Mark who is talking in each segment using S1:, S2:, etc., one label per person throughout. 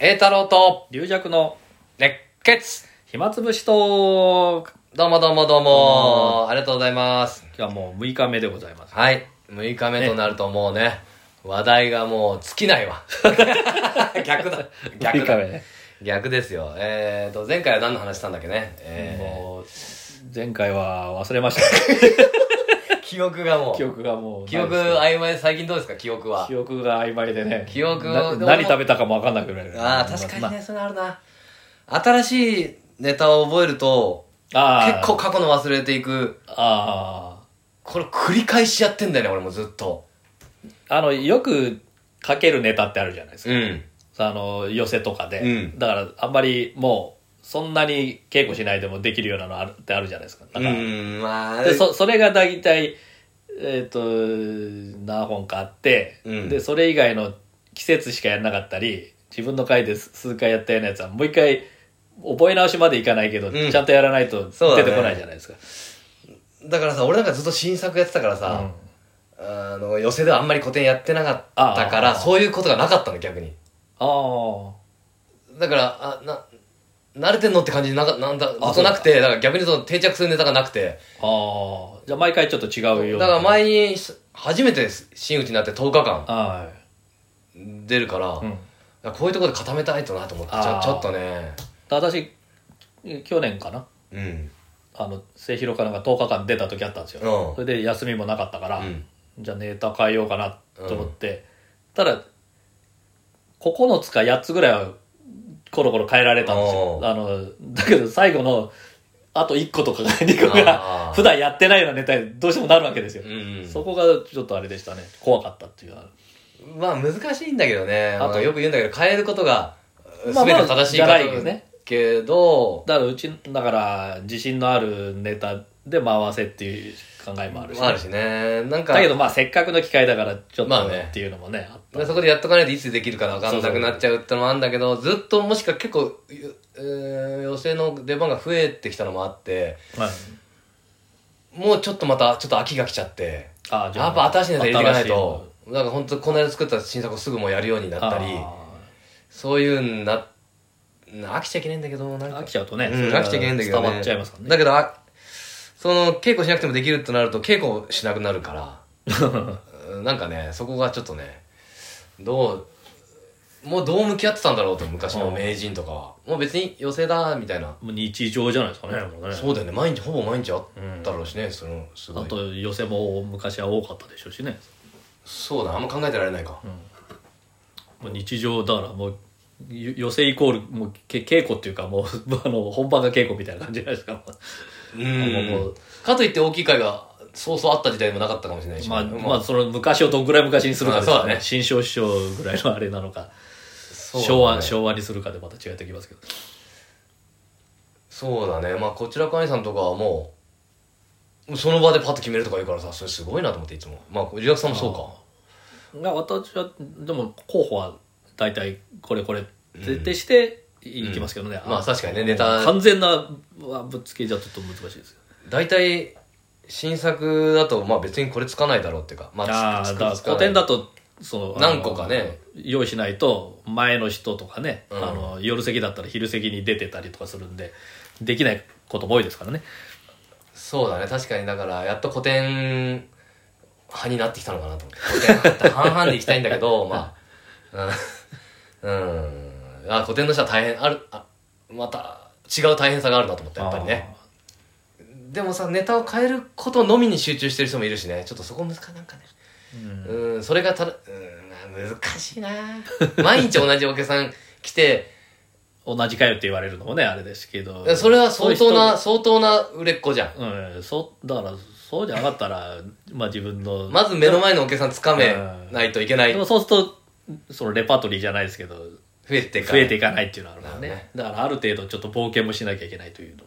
S1: 栄太郎と
S2: 龍弱の
S1: 熱血
S2: 暇つぶしと
S1: どうもどうもどうもありがとうございます
S2: 今日はもう6日目でございます
S1: はい6日目となるともうね話題がもう尽きないわ 逆だ 逆
S2: 6日
S1: だ
S2: 目ね、
S1: 逆ですよえーと前回は何の話したんだっけね、え
S2: もう前回は忘れました
S1: ー記憶がもう
S2: 記憶がもう
S1: 記憶
S2: ない
S1: 曖
S2: です
S1: 昧最近どうですか記憶は
S2: 記憶が曖昧でね
S1: 記憶
S2: な何食べたかも分かんなくなる
S1: ああ確かに
S2: ま
S1: ねそれあるな新しいネタを覚えると
S2: あ
S1: 結構
S2: あ
S1: 過去の忘れていく
S2: あ
S1: これ繰り返しやってんだよね俺もずっと
S2: ああのよく書けるネタってあるじゃないですか、
S1: ん
S2: あの寄せとかで、
S1: うん
S2: だからあんまりもうそんなに稽古しないでもできるようなのあるってあるじゃないですかだ
S1: う
S2: から、
S1: んまあ
S2: でそそれが大体、えっと何本かあって、
S1: うん
S2: でそれ以外の季節しかやらなかったり自分の回で数数回やったようなやつはもう一回覚え直しまでいかないけど、
S1: ん
S2: ちゃんとやらないと
S1: そうだ
S2: 出
S1: ね
S2: てこないじゃないですか。
S1: だからさ俺なんかずっと新作やってたからさ、あの寄席ではあんまり古典やってなかったか
S2: あ
S1: ら
S2: ー
S1: そういうことがなかったの逆に
S2: ああ
S1: だからあな慣れてんのって感じになかなんだずっとなくてだから逆にその定着するネタがなくて
S2: ああじゃあ毎回ちょっと違うよ
S1: だ
S2: う
S1: か
S2: な
S1: ら前にし初めて真打ちになって10日間
S2: は
S1: 出るから、
S2: い、うん、
S1: こういうところで固めたいとなと思ってち
S2: あ
S1: ょ
S2: ー
S1: ちょっとね
S2: 私去年かな
S1: うん
S2: あの末広かなんか10日間出た時あったんですよ、
S1: うん
S2: それで休みもなかったから、
S1: うん
S2: じゃあネタ変えようかなと思って、ただ9つか8つぐらいはコロコロ変えられたんですよ
S1: おう
S2: あのだけど最後のあと1個とか2個
S1: あ
S2: が
S1: ー
S2: 普段やってないようなネタにどうしてもなるわけですよ、
S1: うん
S2: そこがちょっとあれでしたね怖かったっていうのは
S1: まあ難しいんだけどね
S2: あ
S1: ま
S2: と
S1: あよく言うんだけど変えることが
S2: まあ
S1: 全て正しいか
S2: まあ
S1: と
S2: じゃないよね
S1: けど、
S2: だからうちだから自信のあるネタで回せっていう考えもあるし、
S1: まあ、あるしねなんか
S2: だけどまあせっかくの機会だからちょっ
S1: まあ
S2: と
S1: ね
S2: っていうのもねあった
S1: でそこでやっとかないといつできるかな分かんなくなっちゃうってのもあるんだけどずっともしか結構、ゆえー、寄席の出番が増えてきたのもあって
S2: はい
S1: もうちょっとまたちょっと秋が来ちゃって
S2: あじゃあ
S1: やっぱ新しいネタ入れていかない
S2: 新しいの
S1: となんか本当この間作った新作をすぐもうやるようになったり
S2: あ
S1: そういうんな飽きちゃいけないんだけどなん
S2: ー
S1: か
S2: 飽きちゃうとね、
S1: うん
S2: それが
S1: 飽きちゃいけないんだけど、ね、
S2: 伝わっちゃいますからね
S1: だけどあその稽古しなくてもできるとなると稽古しなくなる からうんなんかねそこがちょっとねどうもうどう向き合ってたんだろうと昔の名人とかはもう別に寄せだみたいな、
S2: もう日常じゃないですかねもうね
S1: そうだよね毎日ほぼ毎日あったろうしね、そのすご
S2: あ
S1: い
S2: と寄せも昔は多かったでしょうしね
S1: そうだあんま考えてられないか、
S2: もう日常だからもうよ寄せイコールもうけ稽古っていうかもうあの本番が稽古みたいな感じじゃない ですか
S1: うん
S2: もう
S1: かといって大きい会がそうそうあった時代もなかったかもしれないし、
S2: まあ、ま
S1: ま
S2: あ、その昔をどんぐらい昔にするかです
S1: まあ
S2: よ
S1: そうだ
S2: ね
S1: ね
S2: 新庄師匠ぐらいのあれなのか、
S1: そうだね
S2: 昭和昭和にするかでまた違ってきますけど
S1: そうだねまあこちらかいさんとかはもうその場でパッと決めるとか言うからさそれすごいなと思っていつもまあ藤崎さんもそうか
S2: が私はでも候補は大体これこれってしていきますけどね、
S1: うんまあ確かにねネタ
S2: 完全なぶっつけじゃちょっと難しいですよ
S1: 大体新作だとまあ別にこれつかないだろうっていうかま
S2: あ
S1: あ
S2: あ
S1: つ
S2: だ
S1: く
S2: から
S1: つく
S2: 古典だとその
S1: 何個かね
S2: あの用意しないと前の人とかね、
S1: うん
S2: あの夜席だったら昼席に出てたりとかするんでできないことも多いですからね
S1: そうだね確かにだからやっと古典派になってきたのかなと思って古典派って半々でいきたいんだ けどまあうん、うん、あ古典の人は大変あるあまた違う大変さがあるなと思ったやっぱりねでもさネタを変えることのみに集中してる人もいるしねちょっとそこ難しいなんかね
S2: あー
S1: うんそれがただうんまあ難しいな毎日同じお客さん来て
S2: うん同じかよって言われるのもねあれですけど
S1: それは相当な
S2: そ
S1: 相当な売れっ子じゃん
S2: ういう人うんそうだからそうじゃなかったらまあ自分の
S1: まず目の前のお客さんつかめないといけない
S2: で
S1: 増
S2: もそうするとそのレパートリーじゃないですけど
S1: えてか
S2: 増えていかないっていうのはあるから
S1: なる
S2: ねだからある程度ちょっと冒険もしなきゃいけないというの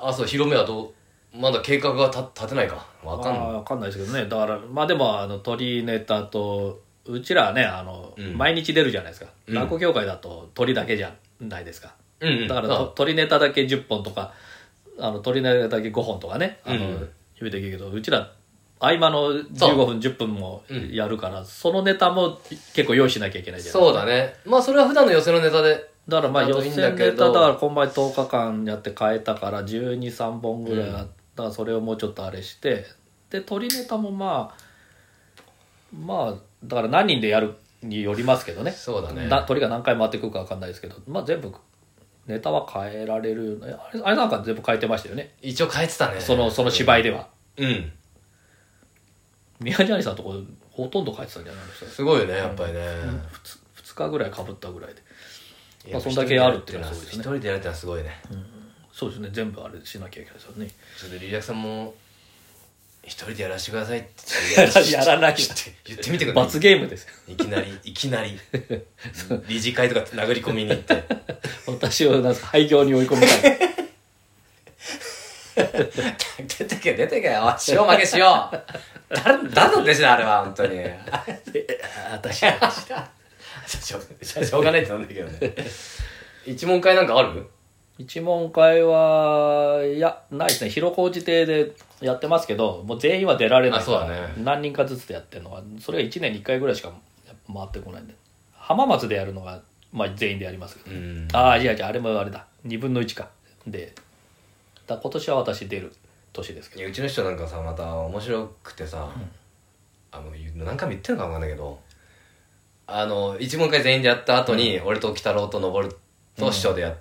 S2: も
S1: あそう広めはどうまだ計画が立立てないかわかん
S2: まあ
S1: ない
S2: わかんないですけどねだからまあでもあの鳥ネタとうちらはねあの、
S1: うん
S2: 毎日出るじゃないですか
S1: うん
S2: 落語協会だと鳥だけじゃないですか、
S1: うんうん
S2: だからと
S1: あ
S2: 鳥ネタだけ10本とかあの鳥ネタだけ5本とかねあの、
S1: うん
S2: 言うていいけどうちら合間の
S1: そう
S2: 15分10分も
S1: うん
S2: やるからそのネタも結構用意しなきゃいけないじゃない
S1: そうだね。まあそれは普段の寄せのネタで。
S2: だからまあ
S1: あと
S2: 予
S1: いいん
S2: 選
S1: だけ
S2: ネ
S1: ど
S2: タだから今晩10日間やって変えたから123本ぐらいあ
S1: う
S2: ったからそれをもうちょっとあれしてで鳥ネタもまあまあだから何人でやるによりますけどね
S1: そうだね。
S2: な鳥が何回回ってくるか分かんないですけどまあ全部ネタは変えられるあれあれなんか全部変えてましたよね
S1: 一応変えてたね。
S2: そのその芝居では
S1: うん。
S2: 宮地兄さんのとこほとんど変えてたんじゃないですか
S1: すごいよね、やっぱりね。
S2: 2日ぐらいかぶったぐらいで
S1: いや
S2: まあそんだけあるっていうのはそうです
S1: 一
S2: ね
S1: 人でやるってのはすごいね。
S2: そうですね全部あれしなきゃいけないですよね
S1: ちょっとリリアクさんも、一人でやらせてくださいって
S2: や らやらない
S1: 言って言ってみてくださ
S2: 罰ゲームですよ
S1: い。いきなり、いきな り。理事会とか殴り込みに行って。
S2: 私をなんか廃業に追い込むたい
S1: 出てけ、出てけ、おい塩負けしよう。誰、誰の弟子だ、あれは、本 当に。
S2: 私
S1: しょうしょうがないってなんだけど ね。一問会なんかある
S2: 一問会はいやないですね広小路亭でやってますけどもう全員は出られないから
S1: あそうだね
S2: 何人かずつでやってるのはそれは1年に1回ぐらいしか回ってこないんで浜松でやるのが、まあ、全員でやりますけど、
S1: うん。
S2: ああいやいやあれもあれだ2分の1かでだ今年は私出る年ですけ
S1: い
S2: ど
S1: やうちの人なんかさまた面白くてさ、あの言う何回も言ってるのか分かんないけどあの一問会全員でやった後に、俺と鬼太郎と登ると師匠でやっ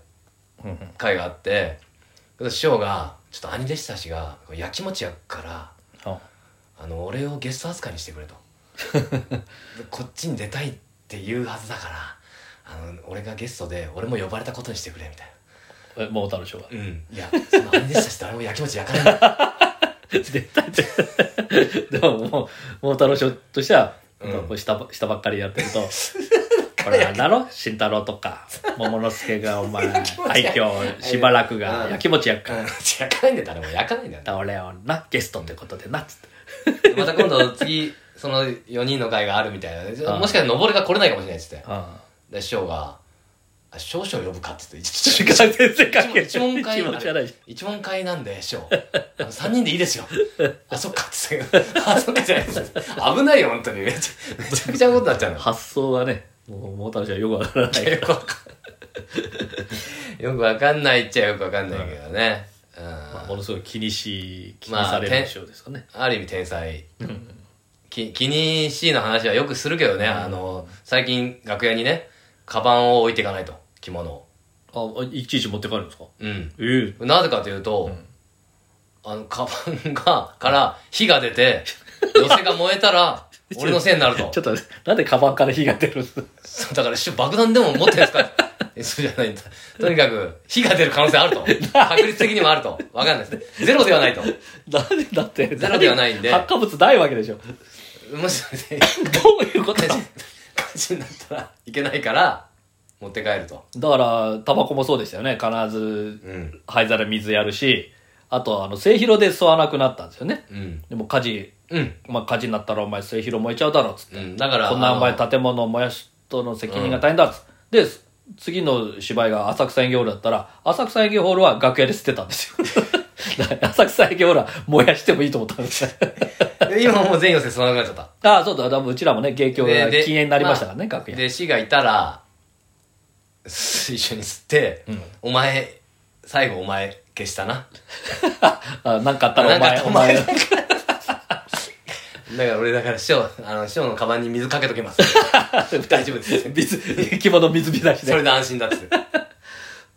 S2: うんうん
S1: 会があって、で師匠がちょっと兄弟子たちがやきもちやっから
S2: あ
S1: あの俺をゲスト扱いにしてくれと でこっちに出たいって言うはずだからあの俺がゲストで俺も呼ばれたことにしてくれみたいな。
S2: え桃太郎賞が
S1: うん、いやその兄弟子たち誰もやきもち焼か ない
S2: 絶対出でももう桃太郎賞としては、
S1: うん
S2: こう下ば下ばっかりやってる とこれあれだろ慎太郎とか桃之助がお前愛嬌しばらく
S1: う
S2: が
S1: ん
S2: やきもちやっか
S1: うん焼かないんだよ誰も焼かないんだよ
S2: ら俺をなゲストってことでなっつって
S1: また今度次、その4人の会があるみたいなね。
S2: ああ
S1: もしかして登りが来れないかもしれないっつって。
S2: あ
S1: で、師匠が、あ師匠師匠呼ぶかって言って、
S2: あ全然関係ない
S1: 一問会
S2: 一問じゃない
S1: 一問会なんで、師匠。あの3人でいいですよ。 あ、そっかって言ってあ、そっかじゃないです。危ないよ、本当に。めちゃめちゃくちゃなことになっちゃうの。
S2: 発想がねもう桃太郎賞はよくわからない
S1: よくわかん よくわかんないっちゃよくわかんないけどね。うん。
S2: まあものすごい気にし気に
S1: まあ
S2: される賞ですよね、
S1: ある意味天才。き気にしいの話はよくするけどね、あの、最近楽屋にね、カバンを置いていかないと、着物を。
S2: あいちいち持って帰るんですか
S1: うん。
S2: ええ
S1: なぜかというと、あの、カバンが、から火が出て、寄せが燃えた ら、俺のせいになると
S2: ちょ。っと待ってなんでカバンから火が出るんです か
S1: そうだから、し爆弾でも持ってるんですかえそうじゃないんだ。とにかく、火が出る可能性 あると。確率的にもあると。わかんないです。ゼロではないと。
S2: なんでだって
S1: ゼロではないんで
S2: 発火物ないわけでしょど
S1: もし かして、
S2: ういうことだ
S1: 火事になったらいけないから、持って帰ると。
S2: だからタバコもそうでしたよね必ず
S1: うん。
S2: 灰皿水やるしあとあの末広で吸わなくなったんですよね
S1: うん。
S2: でも火事、
S1: うん。
S2: まあ、火事になったらお前末広燃えちゃうだろっつって、
S1: うん、だから、
S2: こんなお前
S1: あの
S2: 建物を燃やすとの責任が大変だっつって、で次の芝居が浅草演芸ホールだったら浅草演芸ホールは楽屋で捨てたんですよ だから浅草演芸ホールは燃やしてもいいと思った んですよ
S1: 今もう全寄せそのなくなっちゃっ
S2: ああそうだだからうちらもね芸
S1: た。
S2: 協が禁煙になりましたからね、
S1: まあ
S2: 楽屋
S1: 弟子がいたら、す一緒に吸って、
S2: うん
S1: お前、最後お前消したな。
S2: あなんかあったら
S1: な
S2: お
S1: ん
S2: 前、
S1: か
S2: お前、
S1: だから俺、だから師匠、あの、師匠のカバンに水かけとき ます。大丈夫です。
S2: 水、着物水浸し
S1: そ
S2: で。
S1: れで安心だっつって。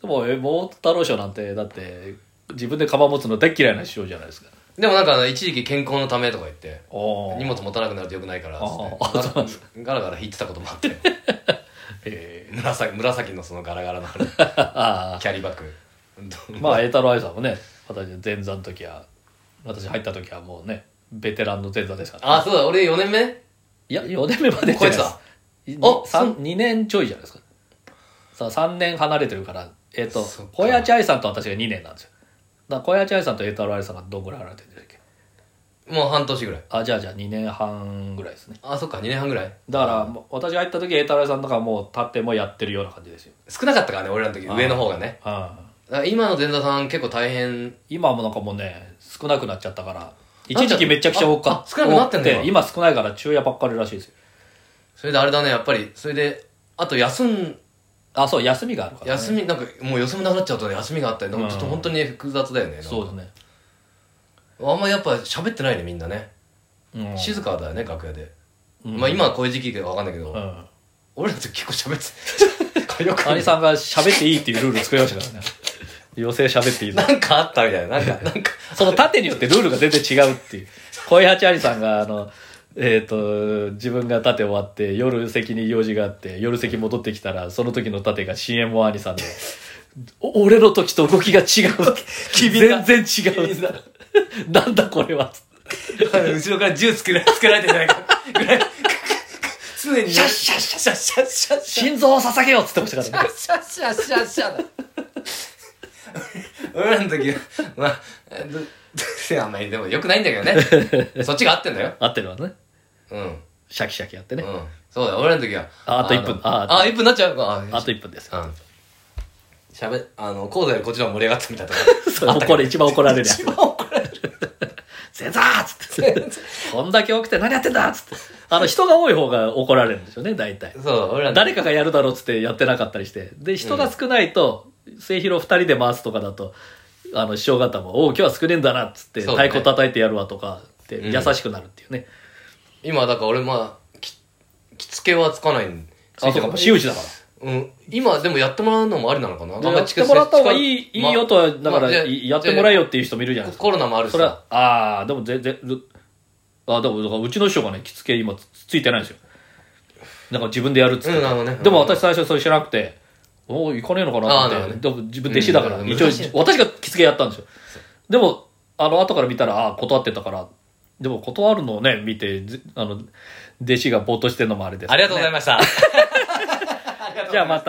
S2: もう、え、桃太郎賞なんて、だって、自分でカバン持つの大っ嫌いな師匠じゃないですか。
S1: でもなんか、一時期健康のためとか言って、
S2: お
S1: 荷物持たなくなると良くないから、つって
S2: ああそうなんで
S1: ガラガラ引いてたこともあ って、
S2: え
S1: 紫紫のそのガラガラの ある
S2: ーあ
S1: キャリーバッグ。
S2: ーまあ、栄太郎愛さんもね、私、前座の時は、私入った時はもうね、ベテランの前座ですから。
S1: あ、そうだ、俺4年目
S2: いや、4年目まで
S1: こいつだ。あ
S2: 三2年ちょいじゃないですか。さあ、3年離れてるから、えっ、と
S1: そっか、
S2: 小谷千愛さんと私が2年なんですよ。だから小谷千愛さんと栄太郎愛さんがどんぐらい離れてるんだっけ
S1: もう半年ぐらい。
S2: あ、じゃあじゃあ2年半ぐらいですね。
S1: あ、そっか、2年半ぐらい。
S2: だから、もう私が入った時栄太郎さんとかもう立ってもやってるような感じですよ、
S1: 少なかったからね、俺らの時、
S2: あー
S1: 上の方がね。
S2: うん、
S1: だから今の前座さん結構大変。
S2: 今はもうなんかもうね少なくなっちゃったから一時期めちゃくちゃ多
S1: あ
S2: か
S1: 少なくなってんだ
S2: 多く今少ないから昼夜ばっかりらしいですよ。
S1: それであれだね、やっぱり、それで、あと休ん、
S2: あ、そう、休みがあるから、ね。
S1: 休み、なんかもう休みなくなっちゃうとね、休みがあったり、なんかちょっと本当に複雑だよね。なんか
S2: そうだね。
S1: あんまやっぱ喋ってないね、みんなね。
S2: うん
S1: 静かだよね、楽屋で。
S2: うん
S1: まあ今はこういう時期かわかんないけど、
S2: うん。
S1: 俺らと結構喋って、よく
S2: 兄さんが喋っていいっていうルール作りましたからね。 妖精喋っていいぞ。
S1: なんかあったみたいな。なんか、なんか、
S2: その縦によってルールが全然違うっていう。小井八兄さんが、あの、えっ、と、自分が縦終わって、夜席に用事があって、夜席戻ってきたら、その時の縦が CM 兄さんで、お俺の時と動きが違う。全然違う。なんだこれは。
S1: 後ろから銃つけらつけられてんじゃないか。ぐらい。常に。
S2: シャッ
S1: シャッシャッシャッシャッシャッシャッ
S2: 心臓を捧げようっつってましたからね。
S1: シャッシャッシャッシャッ俺らの時は、まあ、えっと あんまりでも良くないんだけどね。そっちが合ってんだよ。
S2: 合ってるわね。
S1: うん。うん。
S2: シャキシャキやってね。
S1: そうだよ、俺らの時は。
S2: ああと一分
S1: の
S2: あ
S1: あ、1分なっちゃうか。
S2: あと1分です。
S1: うん。しゃべ、あの、コードよりこっちの方が盛り上がったみたいな と
S2: そ
S1: こ。
S2: れこれ一番怒られるやつ
S1: 一。番怒られる。
S2: セザーっつって。こんだけ多くて何やってんだっつって。あの、人が多い方が怒られるんですよね、大体。
S1: そう、俺らの時
S2: 誰かがやるだろうっつってやってなかったりして。で、人が少ないと、末広二人で回すとかだと、あの、師匠方も、おう今日は少ねえんだなっつって、
S1: そうだ
S2: 太
S1: ね
S2: 鼓叩いてやるわとか、って
S1: うん
S2: 優しくなるっていうね。
S1: 今だから俺まあき着付けはつかないん
S2: あ、そうか、私有地だか
S1: うん今でもやってもらうのもありなのかな
S2: ら。やってもらった方がいい、いいよとは、だから、いやってもらえ
S1: よ
S2: よっていう人もいるじゃないですか。
S1: コロナもあるし
S2: それは、ああ、でも全然、あでも、だからうちの師匠がね、着付け今つついてないんですよ。なんか自分でやるっつって。
S1: うんあのね
S2: でも
S1: うん
S2: 私最初それ知らなくて、おお、行かねえのか
S1: あ
S2: な
S1: あ
S2: と
S1: なる
S2: 思
S1: ほ
S2: っ
S1: どね
S2: て。でも自分で弟子だから、
S1: うん
S2: 一応
S1: 難しいね、
S2: 私が着付けやったんですよ。でも、あの、後から見たら、ああ、断ってたから、でも断るのをね、見て、ずあの、弟子がぼーっとしてるのもあれです、
S1: ありがとうございました
S2: じゃあまた。